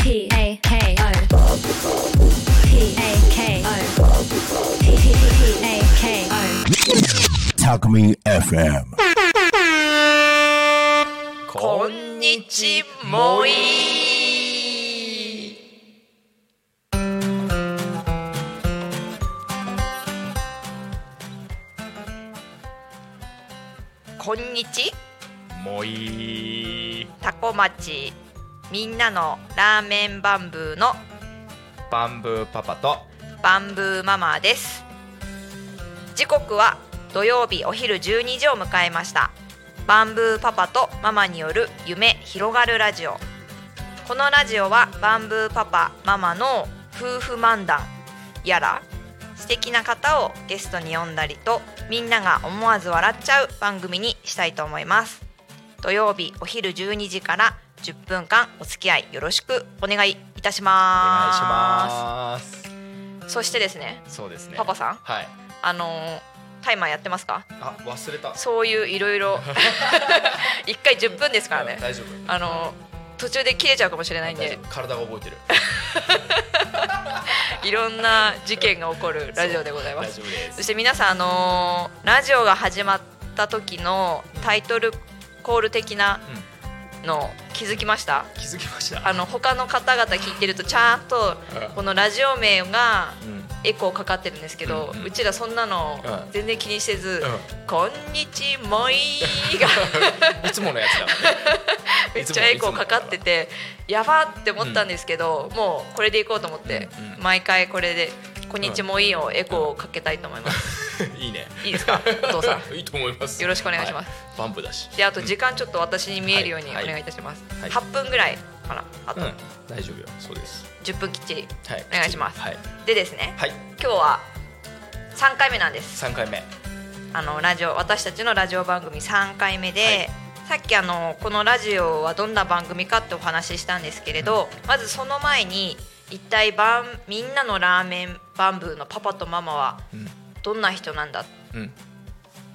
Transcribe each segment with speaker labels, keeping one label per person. Speaker 1: P A K O. P A K O. P A K O.
Speaker 2: Takumi FM.
Speaker 3: こんにちもいこんにち
Speaker 4: もういい
Speaker 3: タコ町みんなのラーメンバンブーの
Speaker 4: バンブーパパと
Speaker 3: バンブーママです時刻は土曜日お昼12時を迎えましたバンブーパパとママによる夢広がるラジオこのラジオはバンブーパパママの夫婦漫談やら素敵な方をゲストに呼んだりとみんなが思わず笑っちゃう番組にしたいと思います土曜日お昼12時から10分間お付き合いよろしくお願いいたし
Speaker 4: お願いし
Speaker 3: ま
Speaker 4: ます
Speaker 3: すそしてですね
Speaker 4: そうですね
Speaker 3: パパさん
Speaker 4: はい
Speaker 3: あのータイマーやってますか
Speaker 4: あ忘れた
Speaker 3: そういういろい ろ一回10分ですからね
Speaker 4: 大丈夫
Speaker 3: あのー途中で切れちゃうかもしれないん
Speaker 4: 大
Speaker 3: で
Speaker 4: 丈夫体が覚えてる
Speaker 3: いろんな事件が起こる ラジオでございま
Speaker 4: 大
Speaker 3: す
Speaker 4: 丈夫で
Speaker 3: そ
Speaker 4: す
Speaker 3: して皆さんあのーラジオが始まった時のタイトルコール的なの気づきました
Speaker 4: 気づきました
Speaker 3: あの他の方々聞いてるとちゃんとこのラジオ名が
Speaker 4: うん
Speaker 3: エコーかかってるんですけど、う
Speaker 4: うんうん
Speaker 3: ちらそんなの
Speaker 4: うん
Speaker 3: 全然気にせず
Speaker 4: う
Speaker 3: 「こんにちもい」が
Speaker 4: いつものやつだもんね
Speaker 3: めっちゃエコーかかっててやばって思ったんですけど、もうこれでいこうと思って、
Speaker 4: うんうん
Speaker 3: 毎回これで「こんにちもい」をエコーかけたいと思います、
Speaker 4: いいね
Speaker 3: いいですかお父さ ん
Speaker 4: いいと思います
Speaker 3: よろしくお願いします
Speaker 4: はいバンブーだし
Speaker 3: であと時間ちょっと私に見えるようにお願いいたします、
Speaker 4: いはい
Speaker 3: 8分ぐらいかなあ
Speaker 4: う
Speaker 3: と
Speaker 4: ん大丈夫よそうです
Speaker 3: 10分きっちり
Speaker 4: はい
Speaker 3: お願いします
Speaker 4: はい
Speaker 3: でですね
Speaker 4: はい
Speaker 3: 今日は3回目なんです
Speaker 4: 三回目
Speaker 3: あのラジオ私たちのラジオ番組3回目で、さっきあのこのラジオはどんな番組かってお話ししたんですけれど、まずその前に一体バンみんなのラーメンバンブーのパパとママは
Speaker 4: うん
Speaker 3: どんな人なんだ
Speaker 4: うん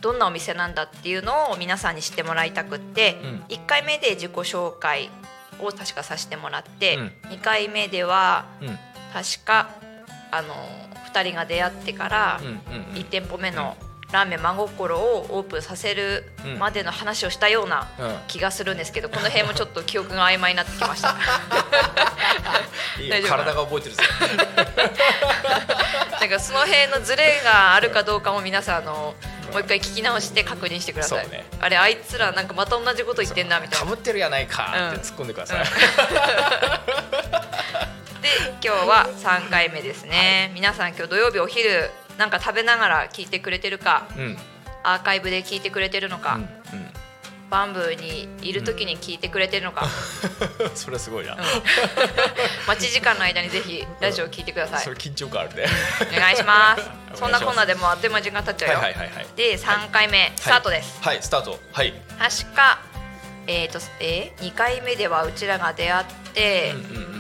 Speaker 3: どんなお店なんだっていうのを皆さんに知ってもらいたくって、
Speaker 4: うん
Speaker 3: 1回目で自己紹介を確かさせてもらって、
Speaker 4: うん
Speaker 3: 2回目では
Speaker 4: うんうん
Speaker 3: 確かあの2人が出会ってから、
Speaker 4: うんうん
Speaker 3: 1店舗目のラーメン真心をオープンさせるまでの話をしたような
Speaker 4: うん
Speaker 3: 気がするんですけどこの辺もちょっと記憶が曖昧になってきました
Speaker 4: いい
Speaker 3: 大
Speaker 4: よ
Speaker 3: 丈夫かな
Speaker 4: 体が覚えてるぜ
Speaker 3: なんかその辺のズレがあるかどうかも皆さんあのもう一回聞き直して確認してください、
Speaker 4: そうね
Speaker 3: あれあいつらなんかまた同じこと言ってんなみたい
Speaker 4: か
Speaker 3: な
Speaker 4: ぶってるやないかって
Speaker 3: うん
Speaker 4: 突っ込んでください
Speaker 3: で今日は3回目ですね、皆さん今日土曜日お昼なんか食べながら聞いてくれてるか
Speaker 4: うんうん
Speaker 3: アーカイブで聞いてくれてるのか、バンブーにいる時に聞いてくれてるのか、
Speaker 4: うんそれはすごいな
Speaker 3: 待ち時間の間にぜひラジオを聞いてください、
Speaker 4: それ緊張感あるね
Speaker 3: お願いしま
Speaker 4: 願いします
Speaker 3: す。そんなこんなでもうあっという間に時間経っちゃうよ。
Speaker 4: はいはいはいはい
Speaker 3: で三回目、スタートです。
Speaker 4: はいスタートはい
Speaker 3: 確かえっ、とえー二、回目ではうちらが出会って、
Speaker 4: うんうんうん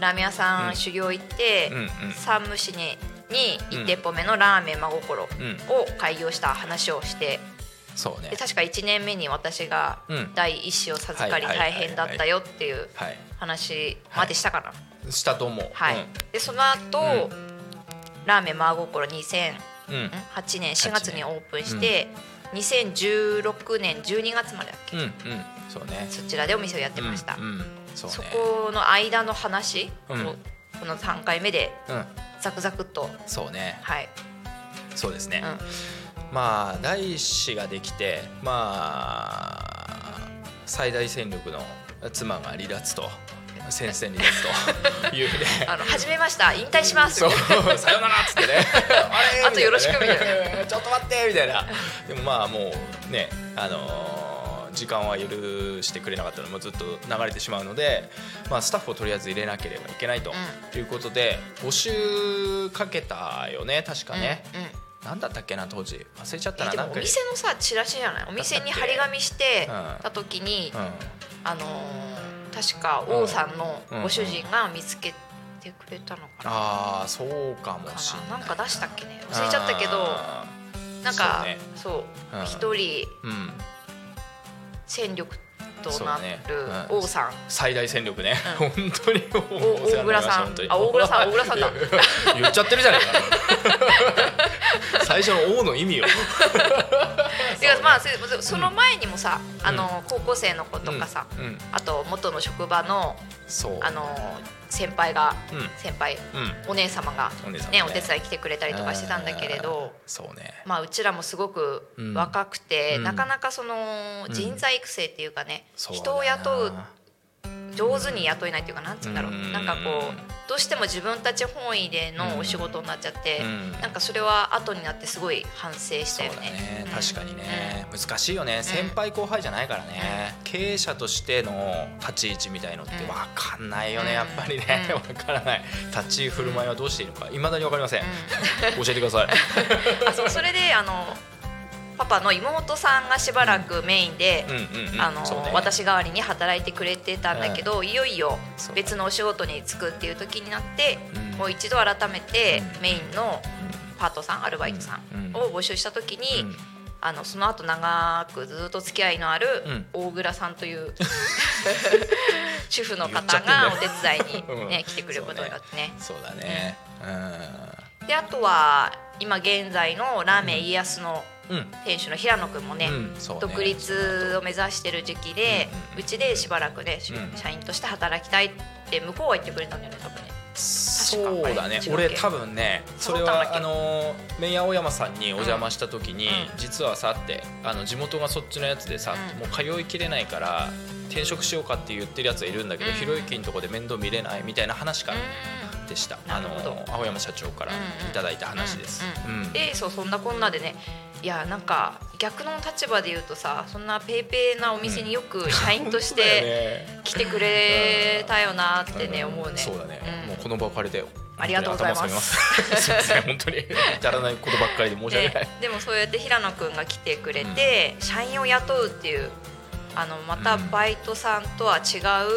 Speaker 3: ラーメン屋さ
Speaker 4: うん
Speaker 3: ん修行行って、
Speaker 4: うんうん
Speaker 3: 山武市にに
Speaker 4: うん
Speaker 3: 一店舗目のラーメン真心を
Speaker 4: ん
Speaker 3: 開業した話をして、
Speaker 4: そうね
Speaker 3: で確か一年目に私が
Speaker 4: うん
Speaker 3: 第一子を授かり
Speaker 4: はいはいは
Speaker 3: 大
Speaker 4: いはい
Speaker 3: 変だったよっていう
Speaker 4: はい
Speaker 3: 話までしたかな。
Speaker 4: したと思う
Speaker 3: はい。でその後、ラーメン真心2000
Speaker 4: うんうん
Speaker 3: 8年4月にオープンして、2016年12月までだっけ、
Speaker 4: うんうんそうね
Speaker 3: そちらでお店をやってました、
Speaker 4: うんうんそうね
Speaker 3: そこの間の話を、
Speaker 4: うん
Speaker 3: この3回目で
Speaker 4: うん
Speaker 3: ザクザクっと
Speaker 4: そうね
Speaker 3: はい、
Speaker 4: そうですね
Speaker 3: うん
Speaker 4: まあ第一子ができてまあ最大戦力の妻が離脱と先生離 脱というね
Speaker 3: あの始めました引退します
Speaker 4: そう さよならっつってねあれ
Speaker 3: あとよろしくみたい
Speaker 4: なちょっと待ってみたいなでもまあもうねあのー時間は許してくれなかったのでもうずっと流れてしまうので、まあ、スタッフをとりあえず入れなければいけないということで、募集かけたよね確かね、
Speaker 3: うんうん
Speaker 4: なんだったっけな当時忘れちゃった
Speaker 3: え
Speaker 4: な
Speaker 3: で
Speaker 4: な
Speaker 3: も
Speaker 4: ん
Speaker 3: お
Speaker 4: か
Speaker 3: 店のさチラシじゃないお店に張り紙して
Speaker 4: うん
Speaker 3: た時に、
Speaker 4: うん
Speaker 3: あのー確か王さんのご主人が見つけてくれたのかな,、
Speaker 4: ああそうかもしんな
Speaker 3: かないなんか出したっけね忘れちゃったけど
Speaker 4: あ
Speaker 3: なんか
Speaker 4: そうね
Speaker 3: そう
Speaker 4: うん
Speaker 3: 一、人
Speaker 4: ーうん
Speaker 3: 戦力とな
Speaker 4: そう
Speaker 3: る
Speaker 4: だねうん
Speaker 3: 王さん
Speaker 4: 最大戦力ね、
Speaker 3: うん
Speaker 4: 本当にもうお世話になりました
Speaker 3: 大
Speaker 4: 本当に
Speaker 3: 倉さんあ大倉さん大倉さんだ
Speaker 4: 言っちゃってるじゃないか最初の王の意味を
Speaker 3: てかまあせそその前にもさ、あの高校生の子とかさ、
Speaker 4: うんうん
Speaker 3: あと元の職場の
Speaker 4: そう
Speaker 3: あの先輩が、
Speaker 4: うん
Speaker 3: 先輩
Speaker 4: うん
Speaker 3: お姉様が
Speaker 4: お姉様ね
Speaker 3: ねお手伝い来てくれたりとかしてたんだけれど
Speaker 4: あーそうね
Speaker 3: まあうちらもすごく
Speaker 4: うん
Speaker 3: 若くて、
Speaker 4: うん
Speaker 3: なかなかその人材育成っていうかね、
Speaker 4: そうだな
Speaker 3: 人を雇う上手に雇えないっていうかなんつうんだろう、
Speaker 4: うん
Speaker 3: なんかこうどうしても自分たち本位でのお仕事になっちゃって、
Speaker 4: うん
Speaker 3: なんかそれは後になってすごい反省し
Speaker 4: そ
Speaker 3: た
Speaker 4: う
Speaker 3: よ
Speaker 4: だ
Speaker 3: ね
Speaker 4: ね。確かにね、難しいよね先輩後輩じゃないからね、経営者としての立ち位置みたいのって
Speaker 3: うん
Speaker 4: 分かんないよね、
Speaker 3: うん
Speaker 4: やっぱりね、
Speaker 3: うん
Speaker 4: 分からない立ち振る舞いはどうしているのかいまだに分かりません、教えてく ださい
Speaker 3: うんあそうそれであのパパの妹さんがしばらくメインで、
Speaker 4: うんうんうん
Speaker 3: あの
Speaker 4: そうね
Speaker 3: 私代わりに働いてくれてたんだけど、いよいよ
Speaker 4: そう
Speaker 3: 別のお仕事に就くっていう時になって、
Speaker 4: うん
Speaker 3: もう一度改めてメインの
Speaker 4: う
Speaker 3: パートさんアルバイトさんを募集した時に、
Speaker 4: うん
Speaker 3: あのその後長くずっと付き合いのある
Speaker 4: うん
Speaker 3: 大倉さんという 主婦の
Speaker 4: 言っちゃっ
Speaker 3: 方
Speaker 4: てんだ
Speaker 3: が
Speaker 4: よ
Speaker 3: お手伝いに、
Speaker 4: う
Speaker 3: ね
Speaker 4: ん、
Speaker 3: 来てくれることになってね。
Speaker 4: そうだね
Speaker 3: であとは今現在のラーメン家康の
Speaker 4: うん、うん、
Speaker 3: 店主の平野君もね,、
Speaker 4: うんそうね
Speaker 3: 独立を目指してる時期で
Speaker 4: うん、
Speaker 3: うちでしばらくね、し
Speaker 4: うん
Speaker 3: 社員として働きたいって向こうは言ってくれたんだよね多分ね
Speaker 4: そうだね
Speaker 3: 違うっけ
Speaker 4: 俺多分ねそれ
Speaker 3: そうだった
Speaker 4: は
Speaker 3: っけ
Speaker 4: あの麺屋青山さんにお邪魔した時に、
Speaker 3: うん
Speaker 4: 実はさってあの地元がそっちのやつでさ、
Speaker 3: うん
Speaker 4: もう通いきれないから転職しようかって言ってるやつがいるんだけど、
Speaker 3: うん
Speaker 4: ひろゆきのとこで面倒見れないみたいな話からでした、
Speaker 3: ん
Speaker 4: あ
Speaker 3: なるほ
Speaker 4: の青山社長からいただいた話です、
Speaker 3: うんうん
Speaker 4: うん
Speaker 3: でそうそんなこんなでねいやなんか逆の立場で言うとさそんなペイペイなお店によく社員と し
Speaker 4: そうだよ
Speaker 3: て
Speaker 4: ね
Speaker 3: 来てくれたよなってね
Speaker 4: ん
Speaker 3: 思うね。
Speaker 4: そうだね、
Speaker 3: ん
Speaker 4: もうこの場を借りて
Speaker 3: ありがとうございま
Speaker 4: 頭下
Speaker 3: す
Speaker 4: げますすいません本当に 至らないことばっかりで申し訳ない、
Speaker 3: ね、でもそうやって平野くんが来てくれて、社員を雇うっていうあのまた
Speaker 4: うん
Speaker 3: バイトさんとは違
Speaker 4: そうだ
Speaker 3: う
Speaker 4: よ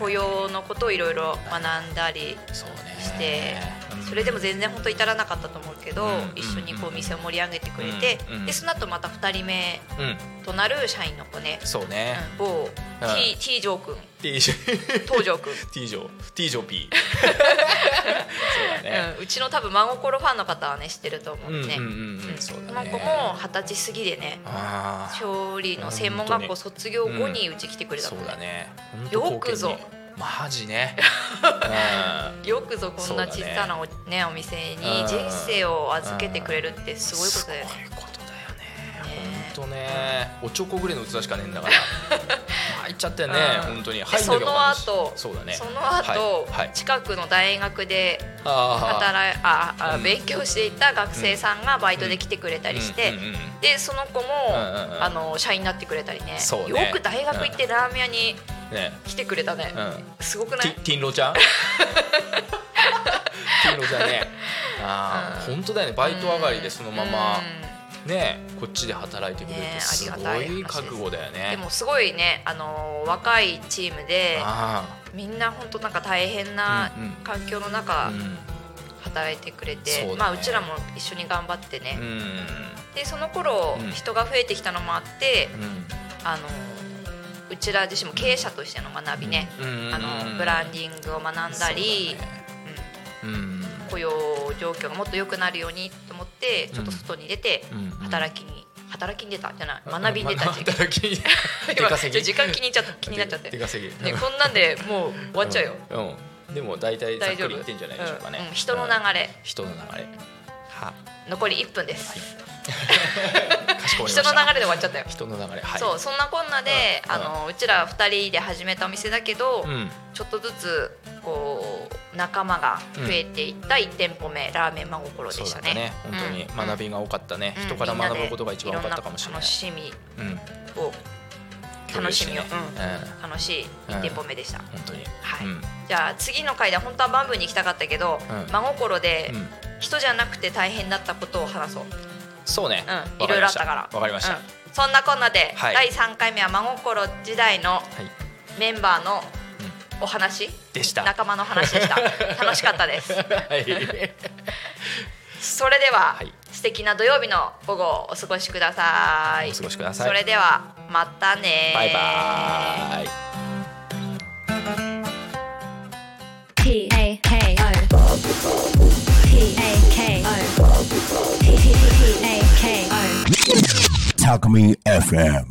Speaker 3: 雇用のことをいろいろ学んだり
Speaker 4: そうね
Speaker 3: して、
Speaker 4: うん
Speaker 3: それでも全然本当至らなかったと思うけど、
Speaker 4: うん
Speaker 3: 一緒にこう店を盛り上げてくれて、
Speaker 4: うんうん
Speaker 3: でその後また2人目
Speaker 4: うん
Speaker 3: となる社員の子ね、
Speaker 4: そう
Speaker 3: う
Speaker 4: ね、
Speaker 3: ん、某 T, T ジョー君
Speaker 4: T 上
Speaker 3: 東条君
Speaker 4: T 上 T 上 P そうだ ね、
Speaker 3: うん、うちの多分真心ファンの方はね知ってると思うね。
Speaker 4: うんうんうんうん
Speaker 3: うん
Speaker 4: そうだね
Speaker 3: この子も二十歳過ぎでね
Speaker 4: ああ
Speaker 3: 調理の専門学校卒業後にうち来てくれた
Speaker 4: そ
Speaker 3: もん
Speaker 4: う
Speaker 3: ね
Speaker 4: だね
Speaker 3: よくぞ
Speaker 4: 本当貢献にマジ ね、
Speaker 3: よくぞこんな小さなお,、ね、お店に人生を預けてくれるって
Speaker 4: う
Speaker 3: す
Speaker 4: ん、
Speaker 3: ごいことだよね
Speaker 4: すごいことだよね
Speaker 3: ね
Speaker 4: 本当ねおちょこぐらいの器しかねえんだから 入っちゃったよね、
Speaker 3: うん
Speaker 4: 本当に
Speaker 3: で
Speaker 4: 入んなきゃ
Speaker 3: そ
Speaker 4: わかん
Speaker 3: の
Speaker 4: ないし
Speaker 3: 後
Speaker 4: そうだね
Speaker 3: その後、
Speaker 4: はい、はい、
Speaker 3: 近くの大学で
Speaker 4: あ
Speaker 3: 働いああ、
Speaker 4: うん
Speaker 3: 勉強していた学生さんがバイトで来てくれたりして、
Speaker 4: うんうんうん
Speaker 3: でその子
Speaker 4: う
Speaker 3: も、
Speaker 4: んうん
Speaker 3: あの社員になってくれたりね
Speaker 4: そう
Speaker 3: よ
Speaker 4: ね
Speaker 3: く大学行ってラーメン屋に
Speaker 4: あね
Speaker 3: 来てくれたね、
Speaker 4: うん
Speaker 3: すごくない
Speaker 4: ティティンロち ゃんティンロちゃんねああ、
Speaker 3: うん
Speaker 4: 本当だよねバイト上がりでそのままねこっちで働いてくれるっ
Speaker 3: ね
Speaker 4: て
Speaker 3: あり
Speaker 4: す
Speaker 3: が
Speaker 4: ご
Speaker 3: たい
Speaker 4: い覚悟だよ
Speaker 3: うん、
Speaker 4: ね
Speaker 3: でもすごいねあの若いチームで
Speaker 4: あ
Speaker 3: みんな本当なんか大変な
Speaker 4: うんうん
Speaker 3: 環境の
Speaker 4: あ
Speaker 3: 中
Speaker 4: うん
Speaker 3: 働いてくれて、
Speaker 4: そうだね
Speaker 3: まあうちらも一緒に頑張ってね
Speaker 4: う、ん
Speaker 3: でその頃、
Speaker 4: うん
Speaker 3: 人が増えてきたのもあって
Speaker 4: うん
Speaker 3: あのうちら自身も経営者としての学びね、
Speaker 4: うん
Speaker 3: あのブランディングを学んだり
Speaker 4: そうだねうん
Speaker 3: うん雇用状況がもっと良くなるようにと思ってちょっと外に出て
Speaker 4: うんうん
Speaker 3: 働きに働きに出たじゃない学びに出た時期
Speaker 4: 働きに出
Speaker 3: 今
Speaker 4: 稼ぎ
Speaker 3: 時間気に入っちゃった気になっちゃって、
Speaker 4: 出
Speaker 3: ね、
Speaker 4: 稼ぎ
Speaker 3: こんなんでもう終わっちゃうよ、
Speaker 4: うんうんでも大体ざっ
Speaker 3: 大
Speaker 4: く
Speaker 3: 丈夫
Speaker 4: り言ってんじゃないでしょうかね
Speaker 3: うんうん人の流
Speaker 4: うん
Speaker 3: れ
Speaker 4: 人の流れは
Speaker 3: 残り1分です、
Speaker 4: かしこまり
Speaker 3: 人
Speaker 4: ま
Speaker 3: の
Speaker 4: した
Speaker 3: 流れで終わっちゃったよ
Speaker 4: 人の流れはい
Speaker 3: そうそんなこんなで、
Speaker 4: うん
Speaker 3: あのうちら2人で始めたお店だけど、
Speaker 4: うん
Speaker 3: ちょっとずつこう仲間が増えていった1店舗目、ラーメン真心で
Speaker 4: そう
Speaker 3: し
Speaker 4: だ
Speaker 3: た
Speaker 4: った
Speaker 3: ね
Speaker 4: ね本当に
Speaker 3: うん
Speaker 4: 学びが多かったね
Speaker 3: うん
Speaker 4: 人から学ぶことが
Speaker 3: みん
Speaker 4: 一
Speaker 3: なで
Speaker 4: 番多かったかもしれない
Speaker 3: いろんな
Speaker 4: う
Speaker 3: 楽し
Speaker 4: ん
Speaker 3: みを楽しみを、
Speaker 4: 共有てね
Speaker 3: うん楽しい1店舗目でした、
Speaker 4: うん本当に
Speaker 3: はい
Speaker 4: うん
Speaker 3: じゃあ次の回では本当はバンブーに行きたかったけど、
Speaker 4: うん
Speaker 3: 真心で
Speaker 4: うん
Speaker 3: 人じゃなくて大変だったことを話そう、うん、
Speaker 4: そうね
Speaker 3: いろいろあったから
Speaker 4: わかりました
Speaker 3: うんそんなこんなで、
Speaker 4: はい
Speaker 3: 第3回目は真心時代の
Speaker 4: はい
Speaker 3: メンバーのお話
Speaker 4: でした
Speaker 3: 仲間の話でした楽しかっ たです
Speaker 4: はい
Speaker 3: それでは、
Speaker 4: はい
Speaker 3: 素敵な土曜日の午後をお過ごしください
Speaker 4: お過ごしください
Speaker 3: それではまたね
Speaker 4: バイバイ。
Speaker 1: P A K O. P A K O. P A K O.
Speaker 2: Talk Me FM.